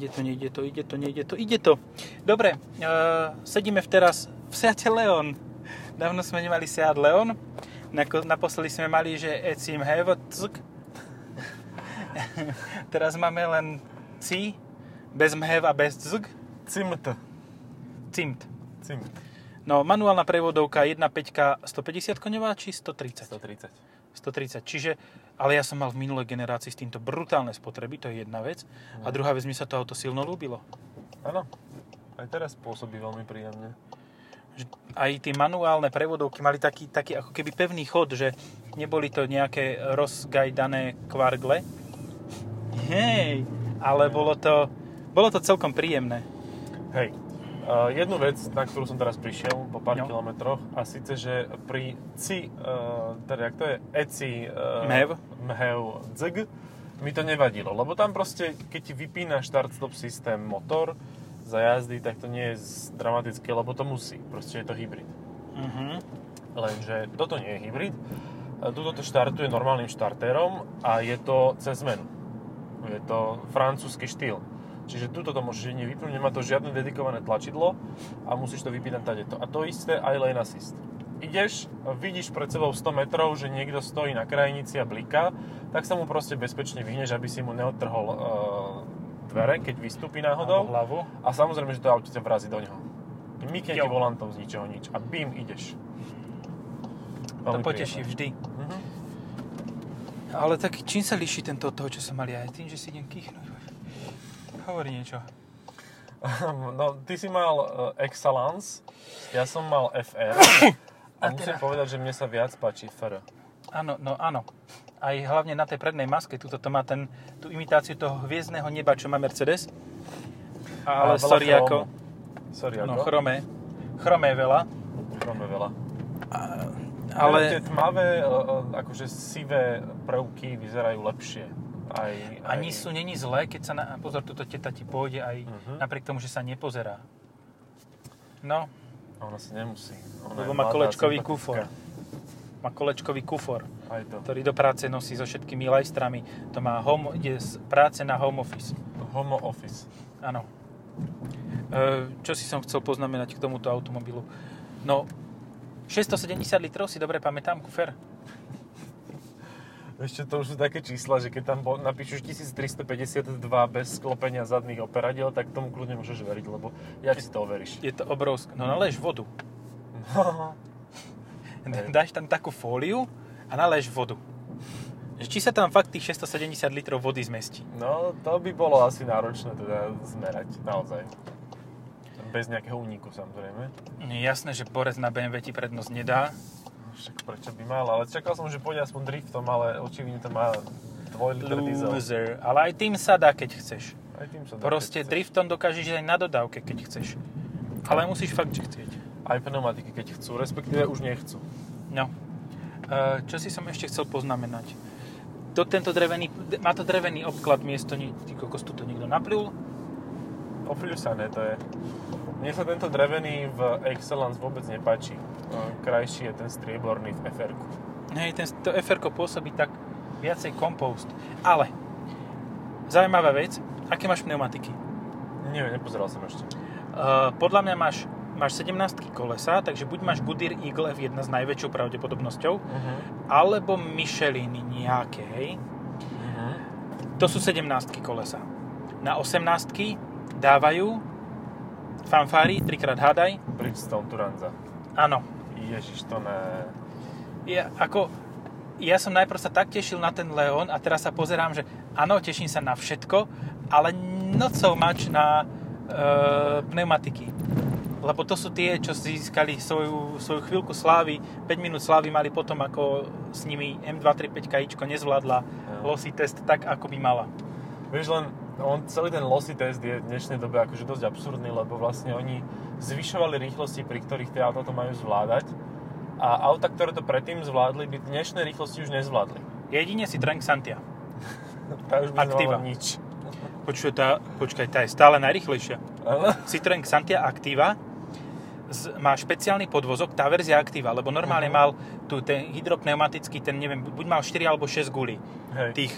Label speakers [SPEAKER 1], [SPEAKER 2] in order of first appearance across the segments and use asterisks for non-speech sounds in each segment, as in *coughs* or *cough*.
[SPEAKER 1] Ide to, nejde to, ide to, nejde to, ide to. Dobre, uh, sedíme v teraz v Seate Leon. Dávno sme nemali Seat Leon. Nako- Naposledy sme mali, že Ecim Hevock. *laughs* teraz máme len Ci, bez mhev a bez zg,
[SPEAKER 2] Cimt.
[SPEAKER 1] Cimt.
[SPEAKER 2] Cimt.
[SPEAKER 1] No, manuálna prevodovka 1.5 150 koňová či 130?
[SPEAKER 2] 130.
[SPEAKER 1] 130. Čiže, ale ja som mal v minulej generácii s týmto brutálne spotreby, to je jedna vec. A druhá vec, mi sa to auto silno ľúbilo.
[SPEAKER 2] Áno. Aj teraz pôsobí veľmi príjemne.
[SPEAKER 1] Že Aj tie manuálne prevodovky mali taký, taký ako keby pevný chod, že neboli to nejaké rozgajdané kvargle. Hej, ale bolo to, bolo to celkom príjemné.
[SPEAKER 2] Hej, uh, jednu vec, na ktorú som teraz prišiel po pár
[SPEAKER 1] No.
[SPEAKER 2] no. kilometroch, a síce, že pri ci, uh, teda jak to je, eci, uh,
[SPEAKER 1] Mhev.
[SPEAKER 2] mhev, dzg, mi to nevadilo, lebo tam proste, keď ti vypína start-stop systém motor za jazdy, tak to nie je z- dramatické, lebo to musí, proste je to hybrid.
[SPEAKER 1] Uh-huh.
[SPEAKER 2] Lenže toto nie je hybrid. Tuto to štartuje normálnym štartérom a je to cez zmenu. Je to francúzsky štýl. Čiže tuto to môžeš jedine vypnúť, nemá to žiadne dedikované tlačidlo a musíš to vypínať tadeto. A to isté aj lane assist. Ideš, vidíš pred sebou 100 metrov, že niekto stojí na krajnici a bliká, tak sa mu proste bezpečne vyhneš, aby si mu neodtrhol e, dvere, keď vystúpi náhodou.
[SPEAKER 1] hlavu.
[SPEAKER 2] A samozrejme, že to auto ťa vrazí do neho. Mykne ti
[SPEAKER 1] Jo.
[SPEAKER 2] volantom z ničoho nič. A bim, ideš.
[SPEAKER 1] To poteší vždy.
[SPEAKER 2] Mhm.
[SPEAKER 1] Ale tak čím sa líši tento od toho, čo som mali aj tým, že si idem kýchnuť? Hovorí niečo.
[SPEAKER 2] No, ty si mal eh, Excellence, ja som mal
[SPEAKER 1] *coughs*
[SPEAKER 2] FR.
[SPEAKER 1] A
[SPEAKER 2] A musím
[SPEAKER 1] teda-
[SPEAKER 2] povedať, že mne sa viac páči FR.
[SPEAKER 1] Áno, no áno. Aj hlavne na tej prednej maske, tuto to má ten, tú imitáciu toho hviezdného neba, čo má Mercedes. Ale
[SPEAKER 2] veľa
[SPEAKER 1] sorry,
[SPEAKER 2] chromu.
[SPEAKER 1] ako...
[SPEAKER 2] Sorry, ako?
[SPEAKER 1] No, chromé. Chromé veľa.
[SPEAKER 2] Chromu je veľa. Ale... Tie
[SPEAKER 1] Ale
[SPEAKER 2] tmavé, eh, eh, akože sivé prvky vyzerajú lepšie. Aj,
[SPEAKER 1] ani
[SPEAKER 2] aj-
[SPEAKER 1] sú není zlé, keď sa... Na... Pozor, tuto teta ti pôjde aj
[SPEAKER 2] Mhm.
[SPEAKER 1] napriek tomu, že sa nepozerá. No,
[SPEAKER 2] A Ona si nemusí. Ona
[SPEAKER 1] Lebo
[SPEAKER 2] je
[SPEAKER 1] má
[SPEAKER 2] mladá,
[SPEAKER 1] kolečkový
[SPEAKER 2] sympatická.
[SPEAKER 1] kufor. má kolečkový kufor,
[SPEAKER 2] Aj to.
[SPEAKER 1] ktorý do práce nosí so všetkými lajstrami. To má home, ide z práce na home office.
[SPEAKER 2] Homo office.
[SPEAKER 1] Áno. E, čo si som chcel poznamenať k tomuto automobilu? No, 670 litrov si dobre pamätám, kufer.
[SPEAKER 2] Ešte to už sú také čísla, že keď tam bo- napíšeš 1352 bez sklopenia zadných operadiel, tak tomu kľudne môžeš veriť, lebo ja si to
[SPEAKER 1] *laughs*
[SPEAKER 2] overíš.
[SPEAKER 1] Je to obrovské. No naleješ vodu.
[SPEAKER 2] Hej.
[SPEAKER 1] *laughs* Dáš tam takú fóliu a naleješ vodu. Že Či sa tam fakt tých 670 litrov vody zmestí?
[SPEAKER 2] No, to by bolo asi náročné teda zmerať, naozaj. Bez nejakého úniku, samozrejme.
[SPEAKER 1] Nie, Jasné, že borec na BMW ti prednosť nedá.
[SPEAKER 2] Však prečo by mal, ale čakal som, že pôjde aspoň driftom, ale očividne to má 2 liter diesel.
[SPEAKER 1] Loser. Ale aj tým sa dá, keď chceš.
[SPEAKER 2] Aj tým sa dá,
[SPEAKER 1] Proste
[SPEAKER 2] keď chceš.
[SPEAKER 1] driftom dokážeš ísť aj na dodávke, keď chceš. Ale musíš fakt, že chcieť.
[SPEAKER 2] Aj pneumatiky, keď chcú, respektíve už nechcú.
[SPEAKER 1] No. E, Čo si som ešte chcel poznamenať? To, tento drevený, má to drevený obklad miesto, ni- ty kokos, tu to niekto naplul.
[SPEAKER 2] O Friusané to je. Mne sa tento drevený v Excellence vôbec nepáči. E,
[SPEAKER 1] No.
[SPEAKER 2] Krajší je ten strieborný v fr
[SPEAKER 1] Hej, ten, to fr pôsobí tak viacej kompost. Ale, zaujímavá vec, aké máš pneumatiky?
[SPEAKER 2] Neviem, nepozeral som ešte.
[SPEAKER 1] Uh, podľa mňa máš, máš 17 kolesa, takže buď máš Goodyear Eagle F1 s najväčšou pravdepodobnosťou,
[SPEAKER 2] Uh-huh.
[SPEAKER 1] alebo Micheliny nejaké, hej.
[SPEAKER 2] Uh-huh.
[SPEAKER 1] To sú 17 kolesa. Na 18 dávajú fanfári, trikrát hádaj.
[SPEAKER 2] Bridgestone Turanza.
[SPEAKER 1] Áno.
[SPEAKER 2] Ježiš, to ne...
[SPEAKER 1] Ja, ako, ja som najprv sa tak tešil na ten Leon a teraz sa pozerám, že áno, teším sa na všetko, ale not so much na e, pneumatiky. Lebo to sú tie, čo získali svoju, svoju chvíľku slávy, 5 minút slávy mali potom, ako s nimi M235 ičko nezvládla
[SPEAKER 2] No.
[SPEAKER 1] lossy test tak, ako by mala.
[SPEAKER 2] Vieš len, on, celý ten lossy test je v dnešnej dobe akože dosť absurdný, lebo vlastne oni zvyšovali rýchlosti, pri ktorých tie auta to majú zvládať a auta, ktoré to predtým zvládli, by dnešné rýchlosti už nezvládli.
[SPEAKER 1] Jedine si Drank Santia.
[SPEAKER 2] Tá už by
[SPEAKER 1] Activa.
[SPEAKER 2] nemala nič. *laughs*
[SPEAKER 1] Počuj, tá, počkaj, tá je stále najrychlejšia.
[SPEAKER 2] Ale-
[SPEAKER 1] Citroen Xantia Activa z, má špeciálny podvozok, tá verzia Activa, lebo normálne
[SPEAKER 2] Mhm.
[SPEAKER 1] mal tu ten eh, hydropneumatický, ten neviem, buď mal 4 alebo 6 gulí.
[SPEAKER 2] Hej.
[SPEAKER 1] Tých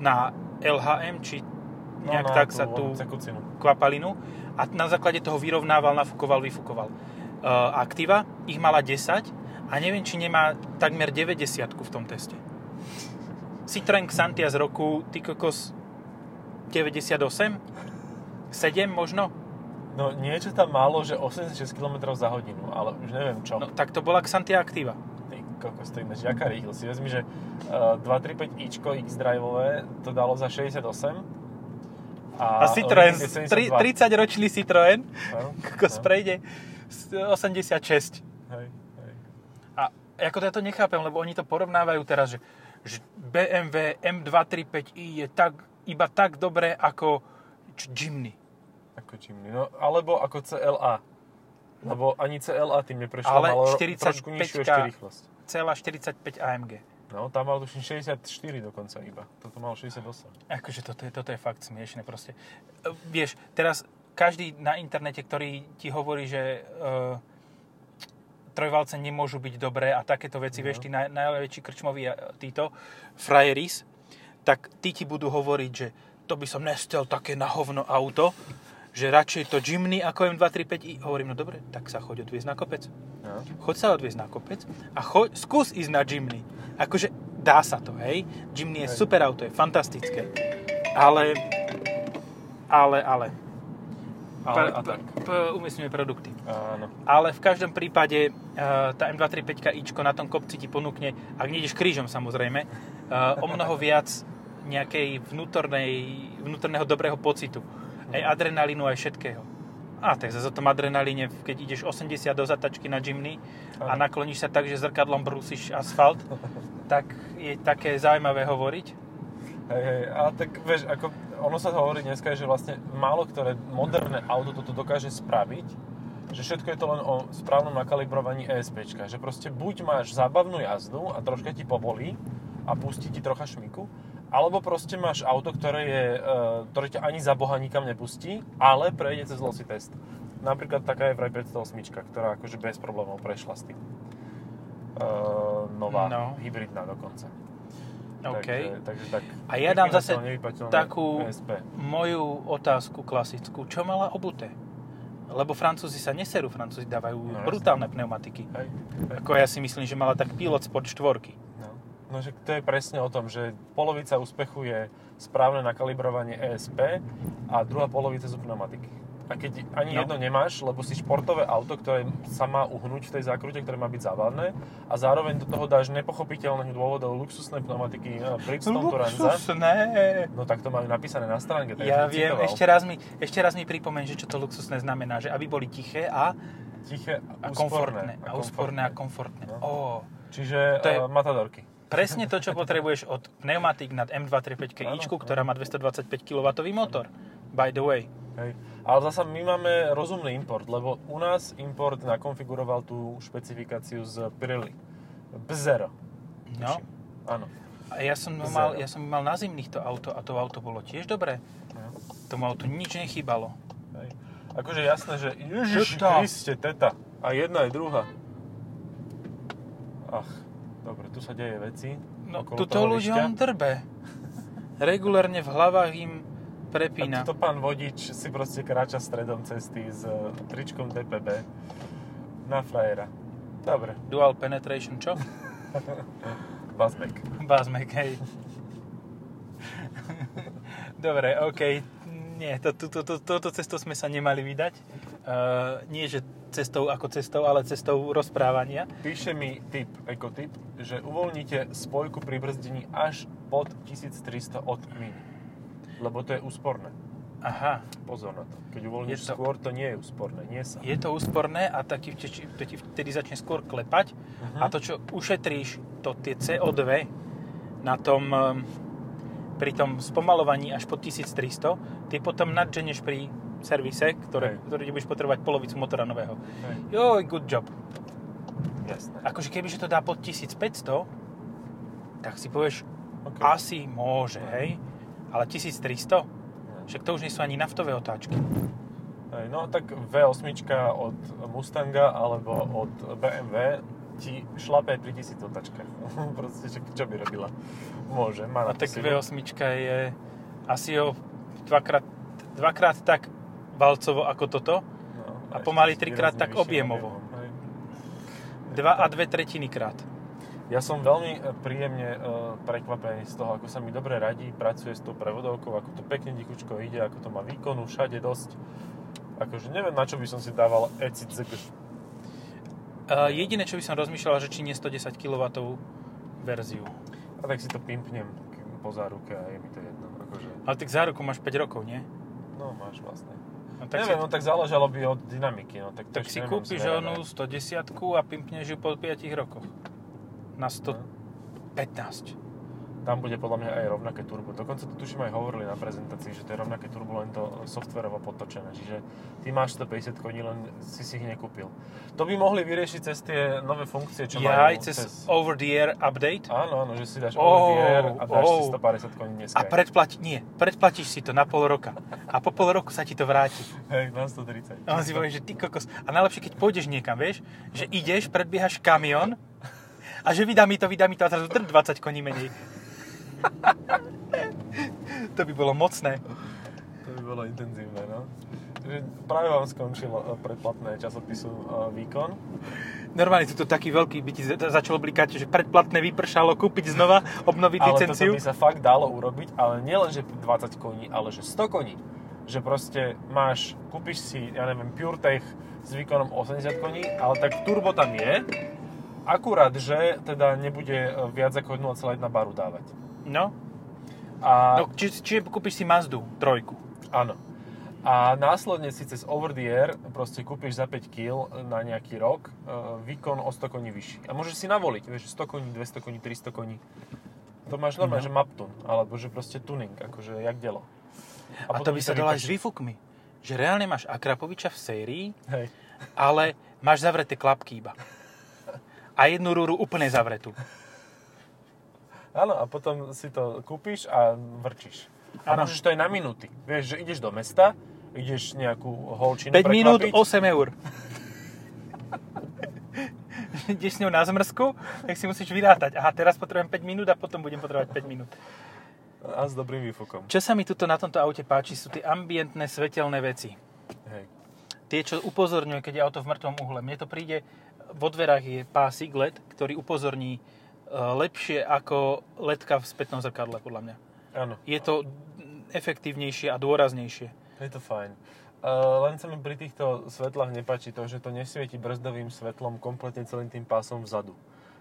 [SPEAKER 1] na LHM, či nejak
[SPEAKER 2] na
[SPEAKER 1] tak sa tu
[SPEAKER 2] Cekucinu.
[SPEAKER 1] kvapalinu a na základe toho vyrovnával, nafúkoval, vyfúkoval. E, aktíva, ich mala 10 a neviem, či nemá takmer 90 v tom teste. Citroen Xantia z roku, ty kokos, 98? 7 možno?
[SPEAKER 2] No niečo tam málo, že 86 km za hodinu, ale už neviem čo.
[SPEAKER 1] No, tak to bola Xantia Activa.
[SPEAKER 2] Ty kokos, to ináč jaká rýchlo. Si vezmi, že uh, 235 ičko X-driveové to dalo za 68.
[SPEAKER 1] A, Citroen,
[SPEAKER 2] Lexus je 72.
[SPEAKER 1] 30 ročný Citroen, *laughs*
[SPEAKER 2] No,
[SPEAKER 1] kokos
[SPEAKER 2] no,
[SPEAKER 1] prejde s- 86.
[SPEAKER 2] hej, hej.
[SPEAKER 1] A ako to ja to nechápem, lebo oni to porovnávajú teraz, že, že BMW M235i je tak, iba tak dobré ako č- Jimny.
[SPEAKER 2] Ako Jimny, no alebo ako CLA. Lebo ani CLA tým neprešlo,
[SPEAKER 1] Ale
[SPEAKER 2] malo ro-
[SPEAKER 1] 45
[SPEAKER 2] trošku nižšiu ešte rýchlosť.
[SPEAKER 1] Celá 45 AMG.
[SPEAKER 2] No, tam mal tuším 64 dokonca iba. Toto mal 68.
[SPEAKER 1] Akože toto je, toto je fakt smiešne proste. E, Vieš, teraz každý na internete, ktorý ti hovorí, že uh, trojvalce nemôžu byť dobré a takéto veci, vieš, tí naj, najväčší krčmoví e, títo, frajeris, tak tí ti budú hovoriť, že to by som nestel také na hovno auto, že radšej to Jimny ako M235i. Hovorím, no dobre, tak sa choď odviezť na kopec.
[SPEAKER 2] No.
[SPEAKER 1] Choď sa odviezť na kopec a choď, skús ísť na Jimny. Akože dá sa to, hej. Jimny je
[SPEAKER 2] Hej.
[SPEAKER 1] super auto, je fantastické. Ale, ale, ale.
[SPEAKER 2] Ale
[SPEAKER 1] Pre-
[SPEAKER 2] a tak.
[SPEAKER 1] p- Umiestňuje produkty.
[SPEAKER 2] Áno.
[SPEAKER 1] Ale v každom prípade e, tá M235 ičko na tom kopci ti ponúkne, ak nejdeš krížom samozrejme, e, o mnoho viac nejakej vnútornej, vnútorného dobrého pocitu. Aj
[SPEAKER 2] Mhm.
[SPEAKER 1] adrenalínu, aj všetkého. A tak zase o tom adrenalíne, keď ideš 80 do zatačky na Jimny a
[SPEAKER 2] Áno.
[SPEAKER 1] nakloníš sa tak, že zrkadlom brúsiš
[SPEAKER 2] *laughs*
[SPEAKER 1] asfalt, tak je také zaujímavé hovoriť.
[SPEAKER 2] Hej, hej. A tak vieš, ako ono sa hovorí dneska, že vlastne málo ktoré moderné auto toto dokáže spraviť, že všetko je to len o správnom nakalibrovaní ESPčka. Že proste buď máš zábavnú jazdu a troška ti povolí a pustí ti trocha šmiku, alebo proste máš auto, ktoré, je, e, ktoré ťa ani za boha nikam nepustí, ale prejde cez lossy test. Napríklad taká je vraj 508, ktorá akože bez problémov prešla s tým. E, nová,
[SPEAKER 1] No.
[SPEAKER 2] hybridná dokonca.
[SPEAKER 1] OK.
[SPEAKER 2] Takže, takže tak.
[SPEAKER 1] A ja dám zase
[SPEAKER 2] Vypínateľne, vypateľné
[SPEAKER 1] takú-
[SPEAKER 2] ESP.
[SPEAKER 1] moju otázku klasickú. Čo mala obuté? Lebo Francúzi sa neserú, Francúzi dávajú
[SPEAKER 2] No,
[SPEAKER 1] no,
[SPEAKER 2] jasne.
[SPEAKER 1] brutálne pneumatiky.
[SPEAKER 2] Hej, hej.
[SPEAKER 1] Ako ja si myslím, že mala tak pilot spod štvorky.
[SPEAKER 2] No. no že to je presne o tom, že polovica úspechu je správne nakalibrovanie ESP a druhá polovica sú pneumatiky. A keď ani
[SPEAKER 1] No.
[SPEAKER 2] jedno nemáš, lebo si športové auto, ktoré sa má uhnúť v tej zákrute, ktoré má byť zábavné a zároveň do toho dáš nepochopiteľných dôvodov luxusné pneumatiky eh, Bridgestone Turanza,
[SPEAKER 1] Luxusné!
[SPEAKER 2] no tak to majú napísané na stránke. tak
[SPEAKER 1] Ja
[SPEAKER 2] som
[SPEAKER 1] viem,
[SPEAKER 2] citoval.
[SPEAKER 1] ešte raz, mi, ešte raz mi pripomeň, že čo to luxusné znamená. Že aby boli tiché a,
[SPEAKER 2] Tiché
[SPEAKER 1] a komfortné. A úsporné a komfortné.
[SPEAKER 2] komfortné.
[SPEAKER 1] Ó,
[SPEAKER 2] No. Čiže
[SPEAKER 1] To je-
[SPEAKER 2] eh, matadorky.
[SPEAKER 1] presne to, čo potrebuješ od pneumatik nad M235
[SPEAKER 2] Áno,
[SPEAKER 1] ičku,
[SPEAKER 2] áno.
[SPEAKER 1] ktorá má 225 kW motor. By the way.
[SPEAKER 2] Hej. Ale zasa my máme rozumný import, lebo u nás import nakonfiguroval tú špecifikáciu z Pirelli. Bzero.
[SPEAKER 1] No.
[SPEAKER 2] tuším. Áno.
[SPEAKER 1] A ja som, ho
[SPEAKER 2] Zero.
[SPEAKER 1] mal, ja som mal na zimných to auto a to auto bolo tiež dobré.
[SPEAKER 2] No.
[SPEAKER 1] Tomu autu nič nechýbalo.
[SPEAKER 2] Hej. Akože jasné, že Ježiši
[SPEAKER 1] Teta.
[SPEAKER 2] Kriste, teta. A jedna je druhá. Ach, dobre, tu sa deje veci.
[SPEAKER 1] No,
[SPEAKER 2] okolo
[SPEAKER 1] tuto
[SPEAKER 2] toho
[SPEAKER 1] ľuďom
[SPEAKER 2] lišťa.
[SPEAKER 1] drbe. Regulérne v hlavách im
[SPEAKER 2] A
[SPEAKER 1] prepína.
[SPEAKER 2] tuto pán vodič si proste kráča stredom cesty s e, tričkom DPB na frajera. Dobre,
[SPEAKER 1] Dual penetration,
[SPEAKER 2] *laughs*
[SPEAKER 1] čo?
[SPEAKER 2] Bazbek.
[SPEAKER 1] Bazmek, hej. Dobre, OK. Nie, to, to, to, to, toto cestou sme sa nemali vydať. Uh, nie, že cestou ako cestou, ale cestou rozprávania.
[SPEAKER 2] Píše mi tip, ekotip, že uvoľnite spojku pri brzdení až pod 1300 od min. Lebo to je úsporné.
[SPEAKER 1] Aha,
[SPEAKER 2] Pozor na to. Keď uvoľníš
[SPEAKER 1] Je to-
[SPEAKER 2] skôr, to nie je úsporné. Nie sa.
[SPEAKER 1] je to úsporné a taký vteči- to ti vtedy začne skôr klepať.
[SPEAKER 2] Mhm.
[SPEAKER 1] A to, čo ušetríš, to tie CO2 na tom, ehm, pri tom spomalovaní až po 1300, ty potom nadženeš pri servise, ktoré,
[SPEAKER 2] Hej.
[SPEAKER 1] ktorý ti budeš potrebovať polovicu motora nového.
[SPEAKER 2] Hej,
[SPEAKER 1] Joj, good job.
[SPEAKER 2] Jasné.
[SPEAKER 1] Akože kebyže to dá pod 1500, tak si povieš,
[SPEAKER 2] Okay.
[SPEAKER 1] asi môže, hej? Ale 1300?
[SPEAKER 2] Nie.
[SPEAKER 1] Však to už nie sú ani naftové otáčky.
[SPEAKER 2] Hej, no tak V8 od Mustanga alebo od BMW ti šlape 3000 *laughs* otačka. Proste, čo, čo by robila? Môže, má
[SPEAKER 1] A
[SPEAKER 2] na to
[SPEAKER 1] tak
[SPEAKER 2] silu.
[SPEAKER 1] V8 je asi o dvakrát, dvakrát tak valcovo ako toto.
[SPEAKER 2] No,
[SPEAKER 1] A
[SPEAKER 2] ešte
[SPEAKER 1] pomaly
[SPEAKER 2] s
[SPEAKER 1] trikrát
[SPEAKER 2] výrazne
[SPEAKER 1] tak
[SPEAKER 2] vyšším
[SPEAKER 1] objemovo.
[SPEAKER 2] objemom, hej.
[SPEAKER 1] Dva a dve tretiny krát.
[SPEAKER 2] Ja som veľmi e, príjemne e, prekvapený z toho, ako sa mi dobre radí, pracuje s tou prevodovkou, ako to pekne dikučko ide, ako to má výkonu, všade dosť. Akože neviem, na čo by som si dával ECICG.
[SPEAKER 1] Uh, jediné, čo by som rozmýšľal, že či nie 110 kW verziu.
[SPEAKER 2] A tak si to pimpnem k- po záruke a je mi to jedno. Akože,
[SPEAKER 1] Ale tak za ruku máš 5 rokov, nie?
[SPEAKER 2] no máš vlastne.
[SPEAKER 1] No,
[SPEAKER 2] Tak neviem, no tak záležalo by od dynamiky. No, tak to
[SPEAKER 1] tak
[SPEAKER 2] ešte
[SPEAKER 1] si
[SPEAKER 2] nemám
[SPEAKER 1] kúpiš
[SPEAKER 2] zmerané.
[SPEAKER 1] onu 110 a pimpneš ju po 5 rokoch. Na
[SPEAKER 2] No.
[SPEAKER 1] 115.
[SPEAKER 2] Tam bude podľa mňa aj rovnaké turbo. Dokonca to tuším aj hovorili na prezentácii, že to je rovnaké turbo, len to softverovo podtočené. Čiže ty máš 150 koní, len si si ich nekúpil. To by mohli vyriešiť cez tie nové funkcie, čo
[SPEAKER 1] Ja
[SPEAKER 2] majú
[SPEAKER 1] aj cez over the air update.
[SPEAKER 2] Áno, áno, že si
[SPEAKER 1] Oh,
[SPEAKER 2] dáš oh, over the air a dáš
[SPEAKER 1] oh.
[SPEAKER 2] si 150 koní dneska.
[SPEAKER 1] A predplati, nie, predplatíš si to na pol roka. A po pol roku sa ti to vráti.
[SPEAKER 2] Hej, na
[SPEAKER 1] A
[SPEAKER 2] 130.
[SPEAKER 1] No, on si povie, že ty kokos. A najlepšie, keď pôjdeš niekam, vieš, že ideš, predbiehaš kamión a že vydá mi to, vydá mi to a teraz drž 20 koní menej. to by bolo mocné.
[SPEAKER 2] To by bolo intenzívne, no. Že práve vám skončilo e, predplatné časopisu e, Výkon.
[SPEAKER 1] Normálne tu to taký veľký by ti za- začalo blikať, že predplatné vypršalo, kúpiť znova, obnoviť
[SPEAKER 2] Ale
[SPEAKER 1] licenciu.
[SPEAKER 2] toto by sa fakt dalo urobiť, ale nielen, že 20 koní, ale že 100 koní. Že proste máš, kúpiš si, ja neviem, PureTech s výkonom 80 koní, ale tak turbo tam je, akurát, že teda nebude e, viac ako 0,1 baru dávať.
[SPEAKER 1] No,
[SPEAKER 2] A,
[SPEAKER 1] no či, čiže kúpiš si Mazdu trojku.
[SPEAKER 2] Áno. A následne si cez over the air proste kúpiš za 5 kg na nejaký rok e, výkon o 100 koní vyšší. A môžeš si navoliť, vieš, 100 koní, 200 koní, 300 koní. To máš normálne,
[SPEAKER 1] No.
[SPEAKER 2] že maptun, alebo že proste tuning, akože jak delo.
[SPEAKER 1] A, to by
[SPEAKER 2] potom ti
[SPEAKER 1] sa dalo aj s
[SPEAKER 2] vyprší.
[SPEAKER 1] výfukmi. Že reálne máš Akrapoviča v sérii,
[SPEAKER 2] Hej.
[SPEAKER 1] ale máš zavreté klapky iba. A jednu rúru úplne zavretú.
[SPEAKER 2] Áno, a potom si to kúpiš a vrčíš. A
[SPEAKER 1] Áno.
[SPEAKER 2] môžeš to aj na minúty. Vieš, že ideš do mesta, ideš nejakú holčinu
[SPEAKER 1] 5 minút,
[SPEAKER 2] prekvapiť.
[SPEAKER 1] 8 eur. *laughs* Ideš s ňou na zmrzku, tak si musíš vyrátať. Aha, teraz potrebujem 5 minút a potom budem potrebovať 5 minút.
[SPEAKER 2] A s dobrým výfukom.
[SPEAKER 1] Čo sa mi tuto na tomto aute páči, sú tie ambientné svetelné veci.
[SPEAKER 2] Hej.
[SPEAKER 1] Tie, čo upozorňuje, keď je auto v mŕtvom uhle. Mne to príde, vo dverách je pásik LED, ktorý upozorní e, lepšie ako ledka v spätnom zrkadle, podľa mňa.
[SPEAKER 2] Áno.
[SPEAKER 1] Je to efektívnejšie a dôraznejšie.
[SPEAKER 2] Je to fajn. Uh, len sa mi pri týchto svetlách nepáči to, že to nesvieti brzdovým svetlom kompletne celým tým pásom vzadu.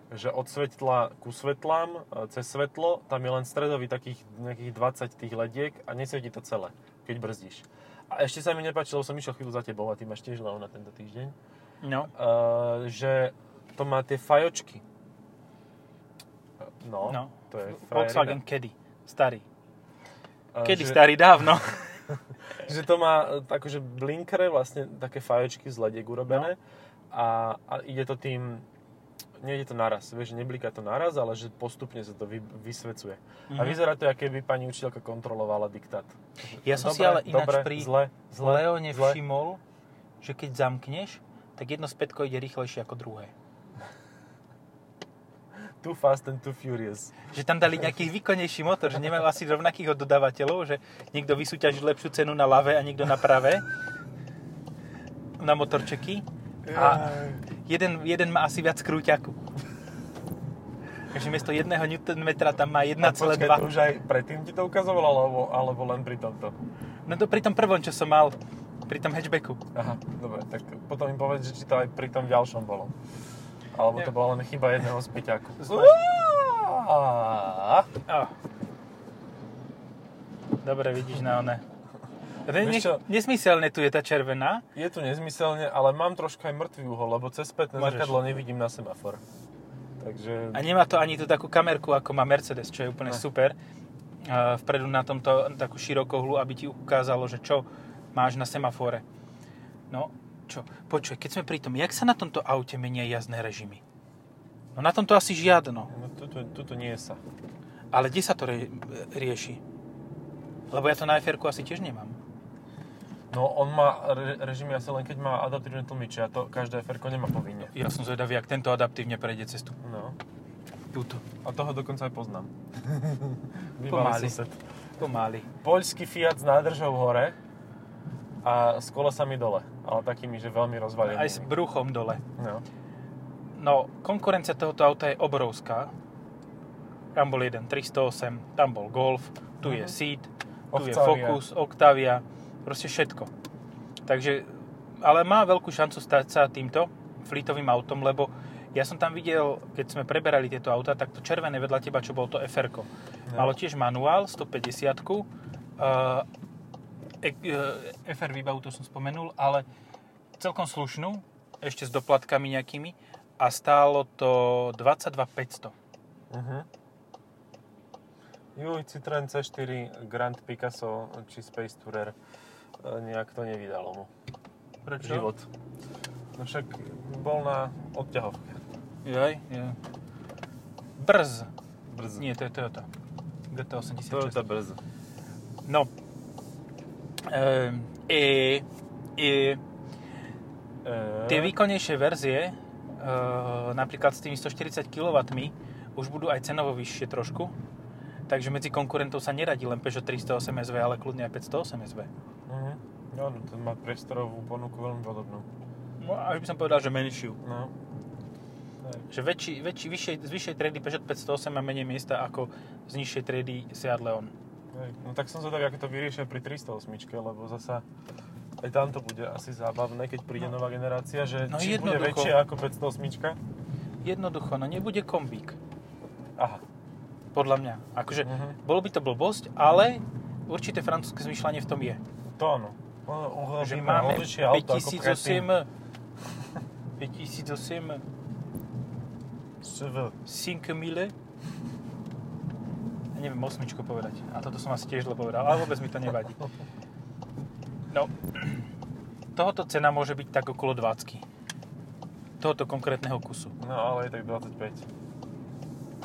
[SPEAKER 2] Že od svetla ku svetlám, e, cez svetlo, tam je len stredový takých nejakých 20 tých lediek a nesvieti to celé, keď brzdíš. A ešte sa mi nepáčilo, lebo som išiel chvíľu za tebou a ty máš tiež na tento týždeň,
[SPEAKER 1] No,
[SPEAKER 2] uh, že to má tie fajočky. Eh, No,
[SPEAKER 1] no.
[SPEAKER 2] to je
[SPEAKER 1] Volkswagen kedy? Starý.
[SPEAKER 2] frajerina. E,
[SPEAKER 1] Kedy
[SPEAKER 2] že-
[SPEAKER 1] starý? Dávno.
[SPEAKER 2] že to má e, akože blinkere, vlastne také fajočky z lediek
[SPEAKER 1] No.
[SPEAKER 2] urobené a, a ide to tým, nejde to naraz, vieš, že nebliká to naraz, ale že postupne sa to vy, vysvecuje. A
[SPEAKER 1] Mhm.
[SPEAKER 2] vyzerá to, ako keby pani učiteľka kontrolovala diktát.
[SPEAKER 1] Ja som si ale ináč
[SPEAKER 2] dobre,
[SPEAKER 1] pri
[SPEAKER 2] Zle, zle,
[SPEAKER 1] Leone
[SPEAKER 2] zle.
[SPEAKER 1] všimol, že keď zamkneš, tak jedno spätko ide rýchlejšie ako druhé.
[SPEAKER 2] Too fast and too furious.
[SPEAKER 1] Že tam dali nejaký výkonnejší motor, že nemajú asi rovnakých od dodávateľov, že niekto vysúťažil lepšiu cenu na ľave a niekto na prave. Na motorčeky. A jeden, jeden má asi viac krúťaku. Takže miesto jedného Nm tam má
[SPEAKER 2] A počkaj,
[SPEAKER 1] 1,2.
[SPEAKER 2] to už aj predtým ti to ukazovalo, alebo, alebo len pri tomto?
[SPEAKER 1] No to pri tom prvom, čo som mal, pri tom hatchbacku.
[SPEAKER 2] Aha, dobre, tak potom im povedz, že či to aj pri tom ďalšom bolo. Alebo to bola len chyba jedného z peťáku.
[SPEAKER 1] Znáš-
[SPEAKER 2] Á,
[SPEAKER 1] Oh. Dobre, vidíš na one. Re-
[SPEAKER 2] Vieš
[SPEAKER 1] Ne,
[SPEAKER 2] čo?
[SPEAKER 1] nesmyselne tu je tá červená.
[SPEAKER 2] Je tu nezmyselne, ale mám trošku aj mŕtvý uhol, lebo cez spätné
[SPEAKER 1] Môžeš.
[SPEAKER 2] zrkadlo nevidím na semafor. Takže...
[SPEAKER 1] A nemá to ani tú takú kamerku, ako má Mercedes, čo je úplne
[SPEAKER 2] Ne.
[SPEAKER 1] super. Eh, Vpredu na tomto takú širokohlu, aby ti ukázalo, že čo máš na semafore. No, čo? Počuj, keď sme pri tom, jak sa na tomto aute menia jazdné režimy? No na tomto asi žiadno.
[SPEAKER 2] No, tuto, tuto nie je sa.
[SPEAKER 1] Ale kde sa to re- rieši? Lebo ja to na FR-ku asi tiež nemám.
[SPEAKER 2] No, on má re- režimy asi len keď má adaptívne tlmiče a to každé fr nemá povinne.
[SPEAKER 1] Ja som zvedavý, ak tento adaptívne prejde cestu.
[SPEAKER 2] No.
[SPEAKER 1] Túto. *laughs*
[SPEAKER 2] A toho dokonca aj poznám.
[SPEAKER 1] Pomaly.
[SPEAKER 2] sused.
[SPEAKER 1] Pomaly.
[SPEAKER 2] poľský Fiat s nádržou hore a s kolesami dole. Ale takými, že veľmi rozvalenými.
[SPEAKER 1] Aj s bruchom dole.
[SPEAKER 2] No.
[SPEAKER 1] No, konkurencia tohoto auta je obrovská. Tam bol jeden 308, tam bol Golf, tu je
[SPEAKER 2] Mhm.
[SPEAKER 1] Seat, tu je
[SPEAKER 2] Octavia.
[SPEAKER 1] Focus, Octavia, proste všetko. Takže, ale má veľkú šancu stať sa týmto fleetovým autom, lebo ja som tam videl, keď sme preberali tieto auta, tak to červené vedľa teba, čo bolo to fr no. Malo tiež manuál, 150 uh, e, FR výbavu, to som spomenul, ale celkom slušnú, ešte s doplatkami nejakými a stálo to 22 500.
[SPEAKER 2] Uh-huh. Juj, Citroen C4, Grand Picasso či Space Tourer. E, Nejak to nevydalo mu.
[SPEAKER 1] Prečo?
[SPEAKER 2] Život. No však bol na odťahoch.
[SPEAKER 1] Jaj, jaj. Brz.
[SPEAKER 2] Brzo.
[SPEAKER 1] Nie, to je Toyota. GT86.
[SPEAKER 2] Toyota brzo.
[SPEAKER 1] No. Ehm, E, e,
[SPEAKER 2] E,
[SPEAKER 1] tie výkonnejšie verzie, e, napríklad s tými 140 kW, už budú aj cenovo vyššie trošku. Takže medzi konkurentov sa neradí len Peugeot 308 SV, ale kľudne aj 508 SV.
[SPEAKER 2] Mhm. No, no, to má priestorovú ponuku veľmi podobnú.
[SPEAKER 1] No, až by som povedal, že menšiu.
[SPEAKER 2] No. Tak.
[SPEAKER 1] že väčší, väčší, vyššej, z vyššej triedy Peugeot 508 má menej miesta ako z nižšej triedy Seat Leon.
[SPEAKER 2] Hej, No tak som zvedavý, ako to vyriešia pri 308, lebo zasa aj tam to bude asi zábavné, keď príde nová generácia, že
[SPEAKER 1] No
[SPEAKER 2] či bude
[SPEAKER 1] jednoducho.
[SPEAKER 2] väčšia ako 508.
[SPEAKER 1] Jednoducho, no nebude kombík,
[SPEAKER 2] Aha.
[SPEAKER 1] podľa mňa. Akože,
[SPEAKER 2] Mhm.
[SPEAKER 1] bolo by to blbosť, ale určité francúzske zmyšľanie v tom je.
[SPEAKER 2] To áno. No, no,
[SPEAKER 1] Že
[SPEAKER 2] no,
[SPEAKER 1] máme
[SPEAKER 2] horšie auto ako predtým.
[SPEAKER 1] 5008 5008
[SPEAKER 2] SV.
[SPEAKER 1] 5000 ja neviem, osmičku povedať. A toto som asi tiež zle povedal, ale vôbec mi to nevadí. No, tohoto cena môže byť tak okolo 20 tohoto konkrétneho kusu.
[SPEAKER 2] No ale je tak
[SPEAKER 1] A,
[SPEAKER 2] 25.
[SPEAKER 1] a.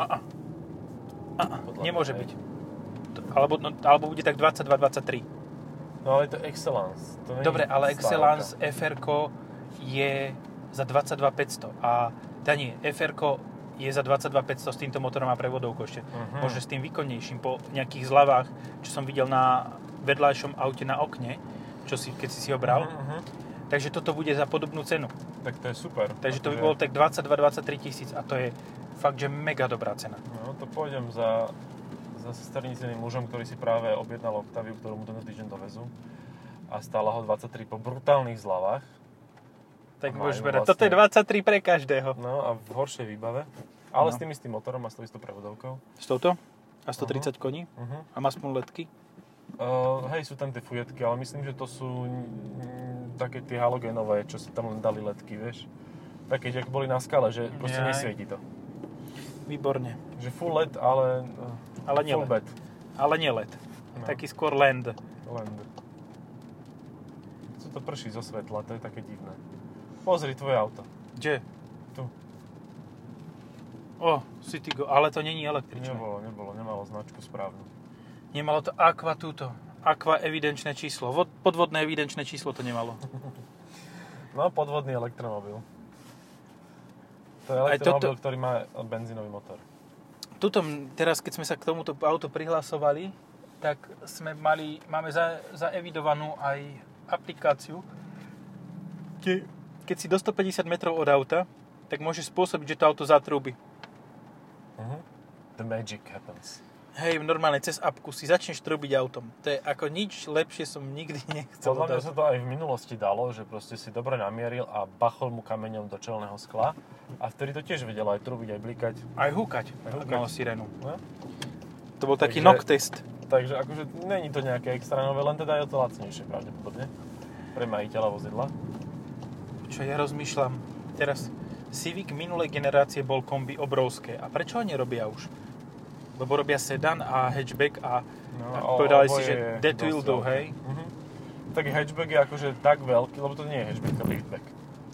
[SPEAKER 1] A, a.
[SPEAKER 2] Podľa
[SPEAKER 1] Nemôže
[SPEAKER 2] mňa,
[SPEAKER 1] byť. To- Alebo, no, alebo bude tak 22, 23.
[SPEAKER 2] No ale je to Excellence. To nie
[SPEAKER 1] Dobre,
[SPEAKER 2] je
[SPEAKER 1] ale
[SPEAKER 2] stávka.
[SPEAKER 1] Excellence fr je za 22 500 a teda nie, fr je za 22 500 s týmto motorom a prevodovkou ešte.
[SPEAKER 2] Mhm.
[SPEAKER 1] Možno s tým výkonnejším po nejakých zľavách, čo som videl na vedľajšom aute na okne, čo si, keď si si ho bral.
[SPEAKER 2] Mhm, mhm.
[SPEAKER 1] Takže toto bude za podobnú cenu.
[SPEAKER 2] Tak to je super.
[SPEAKER 1] Takže to by
[SPEAKER 2] Akože-
[SPEAKER 1] bolo tak 22-23 tisíc a to je fakt, že mega dobrá cena.
[SPEAKER 2] No to pôjdem za, za sesterniceným mužom, ktorý si práve objednal Octaviu, ktorú mu tento týždeň dovezú. A stála ho 23 po brutálnych zľavách.
[SPEAKER 1] Tak
[SPEAKER 2] Majú
[SPEAKER 1] môžeš berať.
[SPEAKER 2] vlastne-
[SPEAKER 1] Toto je 23 pre každého.
[SPEAKER 2] No a v horšej výbave. Ale
[SPEAKER 1] No.
[SPEAKER 2] s tým istým motorom a s tou istou prevodovkou.
[SPEAKER 1] S touto? A
[SPEAKER 2] Mhm.
[SPEAKER 1] 130 koní?
[SPEAKER 2] Uh-huh.
[SPEAKER 1] A má smoletky?
[SPEAKER 2] Uh, hej, sú tam tie fujetky, ale myslím, že to sú mm, také tie halogénové, čo si tam len dali letky, vieš. Také, že ako boli na skale, že proste
[SPEAKER 1] Jaj.
[SPEAKER 2] nesvieti to.
[SPEAKER 1] Výborne.
[SPEAKER 2] Že full LED, ale... uh,
[SPEAKER 1] Ale nie
[SPEAKER 2] full
[SPEAKER 1] LED.
[SPEAKER 2] LED.
[SPEAKER 1] Ale nie LED.
[SPEAKER 2] No.
[SPEAKER 1] Taký skôr land.
[SPEAKER 2] Len... Sú to prší zo svetla, to je také divné. Pozri tvoje auto.
[SPEAKER 1] Kde?
[SPEAKER 2] Tu.
[SPEAKER 1] O, City Go. Ale to není električné.
[SPEAKER 2] Nebolo, nebolo, nemalo značku správnu.
[SPEAKER 1] Nemalo to Aqua túto. Aqua evidenčné číslo. Vod, podvodné evidenčné číslo to nemalo.
[SPEAKER 2] No podvodný elektromobil. To je
[SPEAKER 1] Aj
[SPEAKER 2] elektromobil,
[SPEAKER 1] toto-
[SPEAKER 2] ktorý má benzínový motor.
[SPEAKER 1] Tuto, m- teraz keď sme sa k tomuto autu prihlasovali, tak sme mali, máme za, zaevidovanú aj aplikáciu, kde keď si do 150 metrov od auta, tak môže spôsobiť, že to auto zatrúbi.
[SPEAKER 2] Mhm. The magic happens.
[SPEAKER 1] Hej, normálne cez apku si začneš trubiť autom. To je ako nič lepšie som nikdy *laughs* nechcel. od
[SPEAKER 2] Podľa mňa
[SPEAKER 1] auta.
[SPEAKER 2] sa to aj v minulosti dalo, že proste si dobre namieril a bachol mu kameňom do čelného skla. A vtedy to tiež vedelo aj trubiť, aj blikať.
[SPEAKER 1] Aj húkať,
[SPEAKER 2] Aj
[SPEAKER 1] ak
[SPEAKER 2] húkať.
[SPEAKER 1] malo sirenu.
[SPEAKER 2] No.
[SPEAKER 1] To bol taký
[SPEAKER 2] Takže-
[SPEAKER 1] knock test.
[SPEAKER 2] Takže akože není to nejaké extra nové, len teda je to lacnejšie pravdepodobne pre majiteľa vozidla.
[SPEAKER 1] Čo ja rozmýšľam, teraz Civic minulej generácie bol kombi obrovské. A prečo ho nerobia už? Lebo robia sedan a hatchback a,
[SPEAKER 2] No,
[SPEAKER 1] a
[SPEAKER 2] ale
[SPEAKER 1] povedali si,
[SPEAKER 2] oboje
[SPEAKER 1] že
[SPEAKER 2] je
[SPEAKER 1] that
[SPEAKER 2] dosť
[SPEAKER 1] will do,
[SPEAKER 2] veľké.
[SPEAKER 1] hej?
[SPEAKER 2] Mhm. Tak hatchback je akože tak veľký, lebo to nie je hatchback, to je liftback.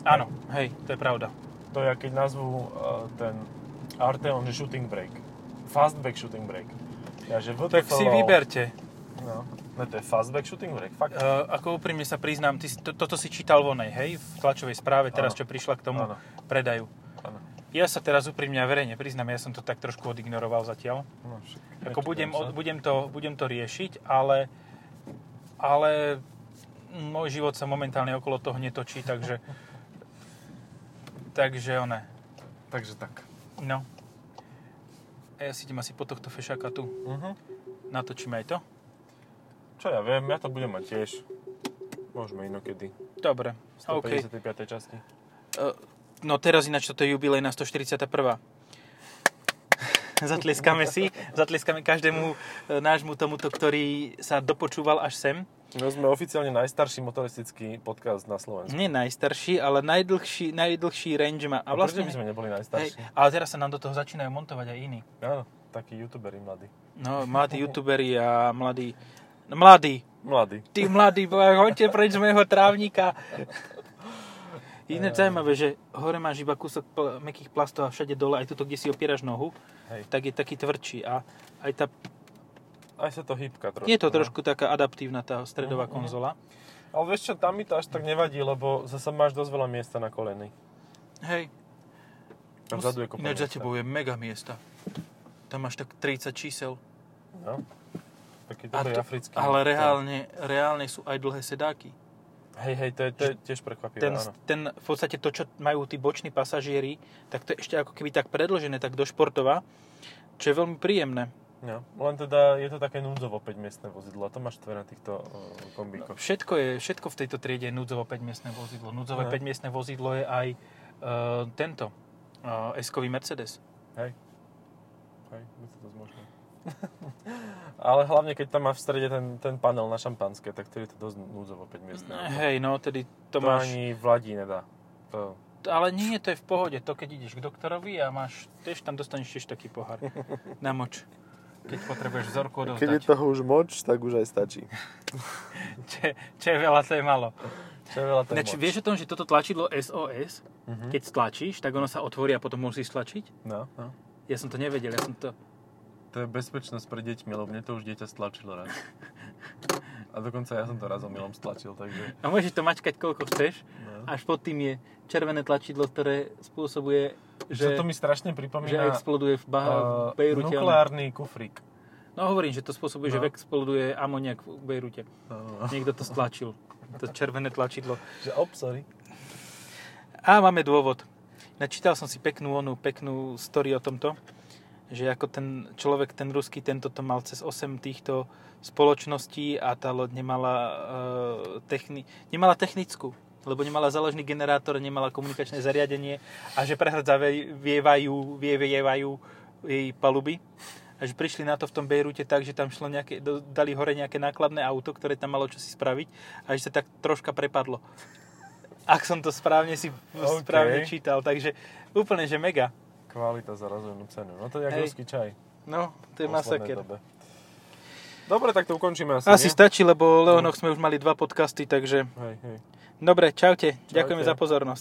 [SPEAKER 1] Áno, hej, to je pravda.
[SPEAKER 2] To je, keď nazvú uh, ten Arteon, že shooting brake. Fastback shooting brake. Ja, že
[SPEAKER 1] Tak si
[SPEAKER 2] VTFL.
[SPEAKER 1] vyberte.
[SPEAKER 2] No. no, to je fastback shooting brake, fakt.
[SPEAKER 1] E, ako úprimne sa priznám, ty, si- to, toto si čítal vonej, hej? V tlačovej správe teraz, čo
[SPEAKER 2] Áno.
[SPEAKER 1] prišla k tomu
[SPEAKER 2] Áno.
[SPEAKER 1] predaju.
[SPEAKER 2] Áno.
[SPEAKER 1] Ja sa teraz úprimne a verejne priznám, ja som to tak trošku odignoroval zatiaľ.
[SPEAKER 2] No, však,
[SPEAKER 1] Ako
[SPEAKER 2] nečudujem
[SPEAKER 1] budem,
[SPEAKER 2] sa.
[SPEAKER 1] od, budem, to, budem to riešiť, ale, ale môj život sa momentálne okolo toho netočí, takže... takže one.
[SPEAKER 2] Takže tak.
[SPEAKER 1] No. A ja si idem asi po tohto fešáka tu.
[SPEAKER 2] Mhm.
[SPEAKER 1] Natočíme aj to?
[SPEAKER 2] Čo ja viem, ja to budem mať tiež. Môžeme inokedy.
[SPEAKER 1] Dobre.
[SPEAKER 2] V
[SPEAKER 1] OK.
[SPEAKER 2] 155. časti.
[SPEAKER 1] Eh, No teraz ináč toto je jubilejná 141. zatlieskame si, zatlieskame každému eh, nášmu tomuto, ktorý sa dopočúval až sem.
[SPEAKER 2] No sme oficiálne najstarší motoristický podcast na Slovensku.
[SPEAKER 1] Nie najstarší, ale najdlhší, najdlhší range má.
[SPEAKER 2] A,
[SPEAKER 1] A vlastne,
[SPEAKER 2] No, prečo by sme neboli
[SPEAKER 1] hej,
[SPEAKER 2] najstarší?
[SPEAKER 1] ale teraz sa nám do toho začínajú montovať aj iní.
[SPEAKER 2] Áno, takí youtuberi mladí.
[SPEAKER 1] No, mladí youtuberi a mladí... no, Mladí!
[SPEAKER 2] Mladí.
[SPEAKER 1] Ty mladí, boja, hoďte preč z mojho trávnika. Iné zaujímavé, že hore máš iba kúsok pl- mekých plastov a všade dole, aj tuto, kde si opieraš nohu,
[SPEAKER 2] Hej.
[SPEAKER 1] tak je taký tvrdší. A aj tá,
[SPEAKER 2] Aj sa to hýbka trošku.
[SPEAKER 1] je to
[SPEAKER 2] no. Mhm.
[SPEAKER 1] trošku taká adaptívna tá stredová konzola.
[SPEAKER 2] Ale vieš čo, tam mi to až tak nevadí, lebo zase máš dosť veľa miesta na koleny.
[SPEAKER 1] Hej,
[SPEAKER 2] Tam vzadu je kopa
[SPEAKER 1] ináč za
[SPEAKER 2] miesta.
[SPEAKER 1] tebou je mega miesta. Tam máš tak 30 čísel.
[SPEAKER 2] No. Taký
[SPEAKER 1] A
[SPEAKER 2] dobrý
[SPEAKER 1] to-
[SPEAKER 2] africký.
[SPEAKER 1] Ale reálne, reálne sú aj dlhé sedáky.
[SPEAKER 2] Hej, hej, to je, to je tiež prekvapivé,
[SPEAKER 1] Ten,
[SPEAKER 2] áno.
[SPEAKER 1] ten, v podstate to, čo majú tí boční pasažieri, tak to je ešte ako keby tak predlžené, tak do športova, čo je veľmi príjemné.
[SPEAKER 2] No. Len teda je to také núdzovo 5-miestne vozidlo. To máš tvoje na týchto eh,
[SPEAKER 1] No,
[SPEAKER 2] kombíkoch.
[SPEAKER 1] Všetko, je, všetko v tejto triede je núdzovo 5-miestne vozidlo. Núdzové
[SPEAKER 2] Mhm.
[SPEAKER 1] 5-miestne vozidlo je aj e, tento, e, S-kový Mercedes.
[SPEAKER 2] Hej. No, Hej, je to dosť možné. *laughs* Ale hlavne, keď tam má v strede ten, ten panel na šampanské, tak to je to dosť núdzovo 5 miestne.
[SPEAKER 1] Hej, no, tedy to,
[SPEAKER 2] to
[SPEAKER 1] máš...
[SPEAKER 2] ani v Ladi nedá. To,
[SPEAKER 1] Ale nie, to je v pohode. To, keď ideš k doktorovi a máš, tiež tam dostaneš tiež taký
[SPEAKER 2] *laughs*
[SPEAKER 1] pohár. Na moč. Keď potrebuješ vzorku
[SPEAKER 2] No,
[SPEAKER 3] Keď je
[SPEAKER 1] odovzdať.
[SPEAKER 3] toho už moč, tak už aj stačí.
[SPEAKER 1] Čo, je- čo je veľa, to je malo.
[SPEAKER 2] to je veľa témoč.
[SPEAKER 1] Ináč, vieš o tom, že toto tlačidlo SOS,
[SPEAKER 2] Mhm.
[SPEAKER 1] keď stlačíš, tak ono sa otvorí a potom musíš stlačiť?
[SPEAKER 2] No, no.
[SPEAKER 1] Ja som to nevedel, ja som to...
[SPEAKER 2] To je bezpečnosť pre deťmi, lebo mne to už dieťa stlačilo raz. A dokonca ja som to raz omylom stlačil, takže...
[SPEAKER 1] A môžeš to mačkať koľko chceš,
[SPEAKER 2] No.
[SPEAKER 1] až pod tým je červené tlačidlo, ktoré spôsobuje,
[SPEAKER 2] Že,
[SPEAKER 1] že,
[SPEAKER 2] to mi strašne
[SPEAKER 1] že
[SPEAKER 2] pripomína
[SPEAKER 1] exploduje v, bah-
[SPEAKER 2] eh,
[SPEAKER 1] v Bejrute.
[SPEAKER 2] nukleárny kufrík.
[SPEAKER 1] No hovorím, že to spôsobuje, že
[SPEAKER 2] No.
[SPEAKER 1] exploduje amoniak v Bejrute.
[SPEAKER 2] No, no, no.
[SPEAKER 1] Niekto to stlačil, to červené tlačidlo.
[SPEAKER 2] Že op, sorry.
[SPEAKER 1] A máme dôvod. Načítal som si peknú onú, peknú story o tomto, že ako ten človek, ten ruský, tento to mal cez 8 týchto spoločností a tá loď nemala, e, techni- nemala technickú, lebo nemala záložný generátor, nemala komunikačné zariadenie a že prehrdzavevajú, vievievajú jej paluby. A že prišli na to v tom Bejrute tak, že tam šlo nejaké, do- dali hore nejaké nákladné auto, ktoré tam malo čo si spraviť a že sa tak troška prepadlo. Ak som to správne si
[SPEAKER 2] OK.
[SPEAKER 1] správne čítal, takže úplne, že mega.
[SPEAKER 2] Kvalita za rozumnú cenu. No to je jak
[SPEAKER 1] Hej.
[SPEAKER 2] ruský čaj.
[SPEAKER 1] No, to je
[SPEAKER 2] v poslednej
[SPEAKER 1] masaker.
[SPEAKER 2] dobe. Dobre, tak to ukončíme asi,
[SPEAKER 1] Asi
[SPEAKER 2] nie? No.
[SPEAKER 1] stačí, lebo Leonoch sme už mali dva podcasty, takže
[SPEAKER 2] Hej, hej.
[SPEAKER 1] dobre, čaute.
[SPEAKER 2] Čaute.
[SPEAKER 1] Ďakujeme za pozornosť.